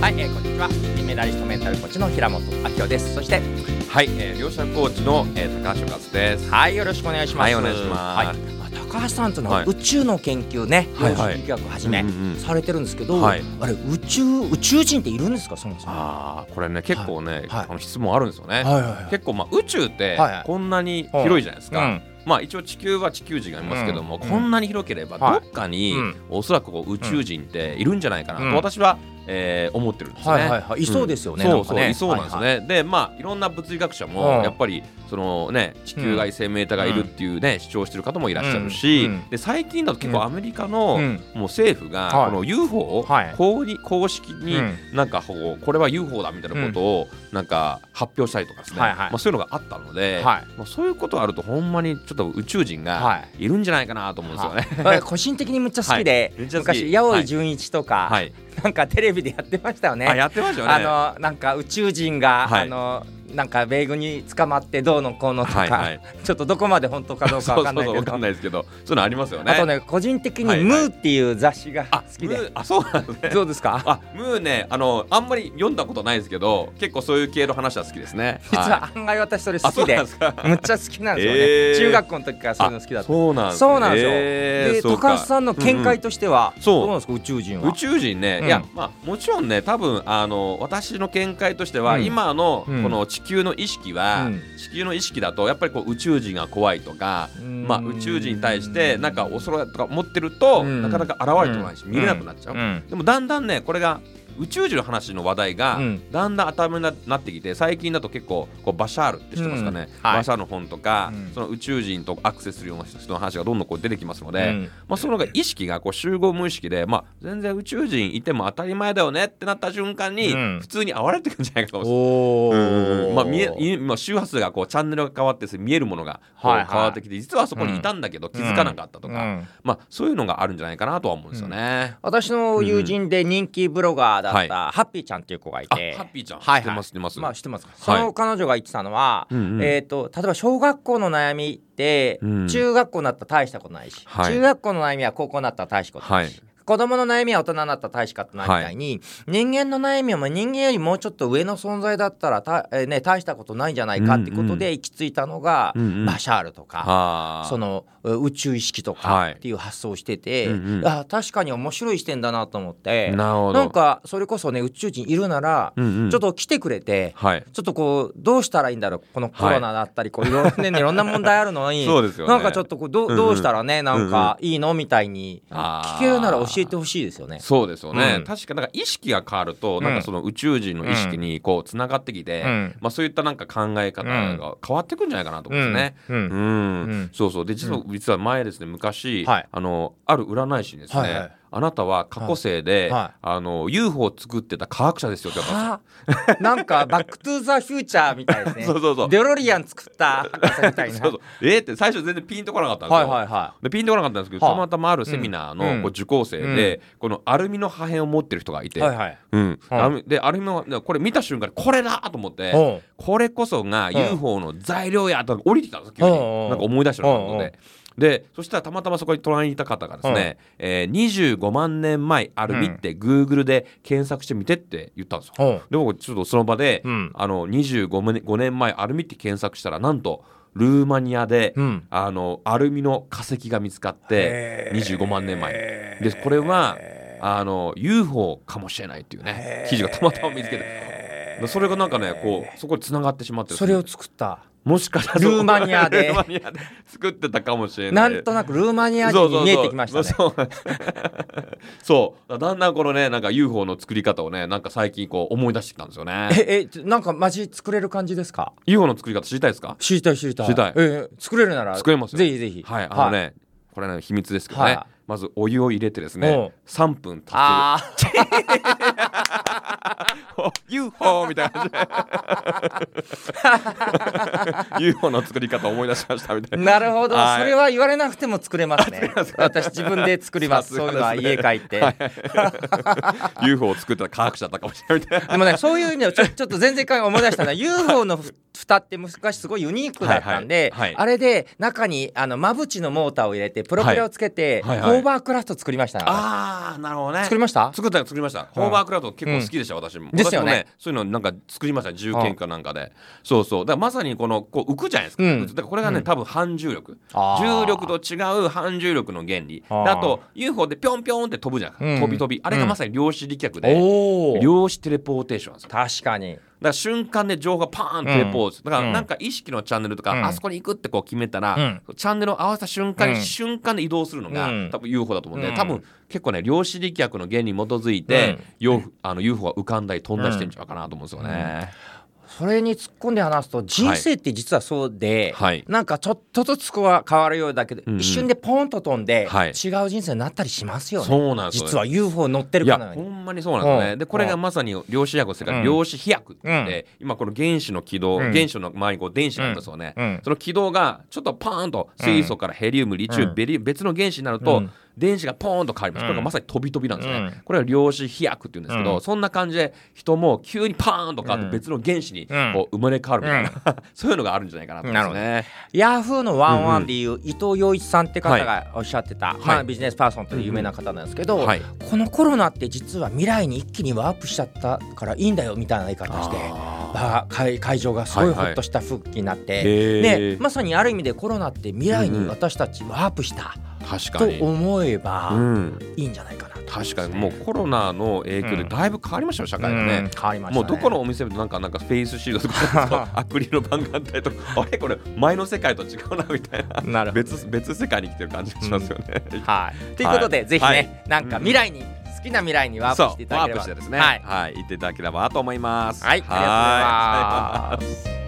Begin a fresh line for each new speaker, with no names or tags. はい、えー、こんにちは。金メダリストメンタルコーチの平本明夫です。そして、
はい、えー、両者コーチの、えー、高橋勝です。
はい、よろしくお願いします。
はいお願いします
はいまあ高橋さんというの
は
はい宇宙の研究ね、
はい
量子力学はじめ
うんうんうん
されてるんですけど、
はい
あれ宇宙宇宙人っているんですかそもそも。
ああ、これね、結構ね、
はい
あの質問あるんですよ
は
ね。
いはいはい
結構まあ宇宙って
はいはい
こんなに広いじゃないですか、
うん
まあ一応地球は地球人がいますけども、
うん
こんなに広ければ
は
ど
い
っかに、
うん
おそらくこう宇宙人っているんじゃないかな
うん
と私は、えー思ってるんですね。
はいはいはいいそうですよね
うん
なん
そう
か
そ
ね
う、いそうなんですね。で、まあいろんな物理学者
うん
もやっぱりそのね地球外生命体がいるっていうね、主張してる方もいらっしゃるし、
うんうん
で最近だと結
うん
構アメリカの、
うん
もう政府が
はい
この UFO を
はい
公に公式に
うん
なんかこうこれは UFO だみたいなことをなんか発表したりとかですね、
はいはい
まあ、そういうのがあったので、
はい
まあ、そういうことあるとほんまにちょっと宇宙人
は
がいるんじゃないかなと思うんですよね。
はい個人的にむっちゃ好きで、
はいめっちゃ好き
昔八百井純一とか、
はい、
なんかテレビでやってましたよね。
あやってましたよね。
あのなんか宇宙人が、
はい
あのなんか米軍に捕まってどうのこうのとか、
はいはい
ちょっとどこまで本当かどうか
そ
わ
う
か
そ
ん
う
ないけ
そ
ど
うわかんないですけどそういうのありますよね。
あとね個人的に「
はいはい
ムー」っていう雑誌が好
あ
きで、
ムーあそうなんですね。
どうですか
あムーねあのあんまり読んだことないですけど結構そういう系の話は好きですね。
実
い、
は案外私それ好
あそ
き
うな
で
んですか。
むっちゃ好きなんですよね、
えー
中学校の時からそういうの好きだった
そうなん
そうなんですよ、
えー
で
そうか
高橋さんの見解としては、
んそう
どうなんですか宇宙人は
宇宙人ね、
うん
いやまあもちろんね多分あの私の見解としては、
うん
今のこ
うん
の地球の意識は、
うん
地球の意識だとやっぱりこう宇宙人が怖いとか、
うん
まあ、宇宙人に対してなんか恐れとか持ってると、
うん
なかなか現れてこないし、
うん
見れなくなっちゃう、
うん
でもだんだんねこれが宇宙人の話の話題が、
うん
だんだん頭にななってきて最近だと結構こうバシャールって知ってますかね、
うんはい
バシャールの本とか、
うん
その宇宙人とアクセスするような人の話がどんどんこう出てきますので、
うん
まあ、そのが意識がこう集合無意識で、まあ、全然宇宙人いても当たり前だよねってなった瞬間に、
うん
普通に現れてくるんじゃないかと思います
お
うん
ー
まあ見えいまあ、周波数がこうチャンネルが変わって見えるものがこう
はいは
変
い
わってきて、実はそこにいたんだけど気づかなかったとか、
うん
まあ、そういうのがあるんじゃないかなとは思うんですよね。
私の友人で人気ブロガーだった、
はい
ハッピーちゃんっていう子がい
あ
て
ハッピーちゃん、
はいはい
知ってます知ってます、
まあ知ってますか、
はい
その彼女が言ってたのは、
うんうん
えー、と例えば小学校の悩みって、
うん
中学校になったら大したことないし、
はい
中学校の悩みは高校になったら大したことないし、
は
子供の悩みは大人になったら大したことないみたいに、人間の悩みも人間よりもうちょっと上の存在だったらた、えーね、大したことないんじゃないかってことで行き着いたのが、
うんうん
バシャールとか、
はあ
そのう宇宙意識と
は
か
い
っていう発想をしてて、
うんうん
あ確かに面白い視点だなと思って
なるほど
んかそれこそね宇宙人いるなら、
うんうん
ちょっと来てくれて、
はい
ちょっとこうどうしたらいいんだろうこのコロナだったり、こういろん なねいろんな問題あるのに
そうですよね
なんかちょっとこうどう
うんうん
どうしたらねなんかいいのみたいに
あ
聞
ー
けるなら教えてほしいですよね。
そうですよね、
うん
確かなんか意識が変わると、
ん
なんかその宇宙人の意識にこうつながってきて、
うん
まあ、そういったなんか考え方が変わってくんじゃないかなと思うんですね。
うんうんうん
そうそうで実は,、実は前ですね昔、
はい
あのある占い師にですね、
はいはい
あなたは過去生で、
はいはい
あの UFO を作ってた科学者ですよって言われたんですよ
はあなんかバックトゥーザフューチャーみたいですね。
そうそうそう
デロリアン作った博士みたいな。
そうそうえーって最初全然ピンとこなかったんです
はい
よ。
はいはい。
でピンとこなかったんですけど
はあ
たまたまあるセミナー
うんうん
のこう受講生で、このアルミの破片を持ってる人がいて、
はいはい。
うん
はい
アルミでアルミのでこれ見た瞬間にこれだと思って、
うん
これこそが
ん
UFO の材料やと降りてきたんです急に、
うんうんうん
なんか思い出したの
うんうん
で。でそしたらたまたまそこに隣にいた方がですね、えー25万年前アルミってグーグルで検索してみてって言ったんですよ。
うん
で僕ちょっとその場で、
うん
あの25年5年前アルミって検索したらなんとルーマニアで、
うん
あのアルミの化石が見つかって
へー
25万年前にでこれはあの UFO かもしれないっていうね記事がたまたま見つけてそれがなんかねこうそこに繋がってしまってる
それを作った。
もしかしたらそう
ルーマニアで
ルーマニアで作ってたかもしれな
ないんとなくルーマニア人に見えてきましたね。
そう そうそうそうだんだんこのねなんか UFO の作り方をねなんか最近こう思い出してきたんですよね
え、えちょ、なんかマジ作れる感じですか
UFO の作り方知りたいですか
知りたい知りたい。
知りたい
えー作れるなら。
作れますよ
ぜひぜひ。
はいあのね、これはね秘密ですけどね、
はい
まずお湯を入れてです
お
ね
う
3分経つ
ああ、
UFO みたいな感じで UFO の作り方思い出しましたみたい
な
な
るほど、
はい
それは言われなくても作れますね私自分で作ります
さ
そう
す
いうの
が
は
ですね
家帰って、
UFO を作ったら科学者だったかもしれないみたいな
でもねそういう意味ではちょちょっと全然考え思い出したの は UFO のふ蓋って昔すごいユニークだったんで、
はいはいはい
あれで中にあの間縁のモーターを入れてプロペラをつけて、
はいはいはい
ホーバークラフト作りましたの
あーなるほどね
作りました
作った作りました、ホーバークラウド結構好きでした、私も
ですよね
私もそういうのなんか作りました重件かなんかで、そうそうだからまさにこのこう浮くじゃないですか、
うん
だからこれがね、多分反重力
あー
重力と違う反重力の原理で
あ
あ
ー
と UFO でぴょんぴょんって飛ぶじゃん、
うん
飛び飛びあれがまさに量子力学で、
おー
量子テレポーテーションなんですよ
確かに
だから瞬間で情報がパーンテレポーズ、だからなんか意識のチャンネルとか、
うん
あそこに行くってこう決めたら、チャンネルを合わせた瞬間に、
うん
瞬間で移動するのが、
うん
多分 UFO だと思うんで、
うん
多分結構ね量子力学の原理に基づいて、UFO あの UFO が浮かんだり飛んだりしてんちゃうかなと思うんですよね。
それに突っ込んで話すと人生って実はそうで、
はい
なんかちょっとずつこは変わるようだけど、
うんうん
一瞬でポンと飛んで、
はい
違う人生になったりしますよね
そうなんですよ
実は UFO 乗ってる
い
か
や
のよう
ほ
に
んまにそうなんですよね。
うん
でこれがまさに量子薬をするから、
うん
量子飛躍って言って、今この原子の軌道、
うん
原子の周りにこう電子なんですよね、
うん
その軌道がちょっとパーンと水素からヘリウムリチウム、
うん
ベリ別の原子になると、
うん
電子がポーンと変わります、
うん
これがまさに飛び飛びなんですね、
うん
これは量子飛躍っていうんですけど、
うん
そんな感じで人も急にパーンと変わって別の原子に
うん
こう生まれ変わるみたいな、 そういうのがあるんじゃないかなと思うんですね。
ヤフーのワンワンでいう伊藤洋一さんって方
は
がおっしゃってた、
い
まあ、ビジネスパーソンという有名な方なんですけど、
はい
このコロナって実は未来に一気にワープしちゃったからいいんだよみたいな言い方して。
あー
ば会会場がすごい
はい
ほ
はい
っとした復帰になって、
へ
で
ー
まさにある意味でコロナって未来
うんう
に
ん
私たちワープした
確
と
かに、
思えば
うん、
いいんじゃないかなと、
確かにもうコロナの影響でだいぶ変わりましたよ社会がね。
うん変わりましたね
もうどこのお店でもなんかなんかフェイスシールドとか そうアクリル板があったりとかあれこれ前の世界と違うなみたいな
なるほど
別別世界に来てる感じがしますよね。
はいということで、
はい
ぜひね、
はい
なんか未来に、好きな未来に ワープしていただ
ワ
け
ー
れ
プ
ば
してですね、
は
はいい、行っていただければと思います。
はい、ありがとうございます。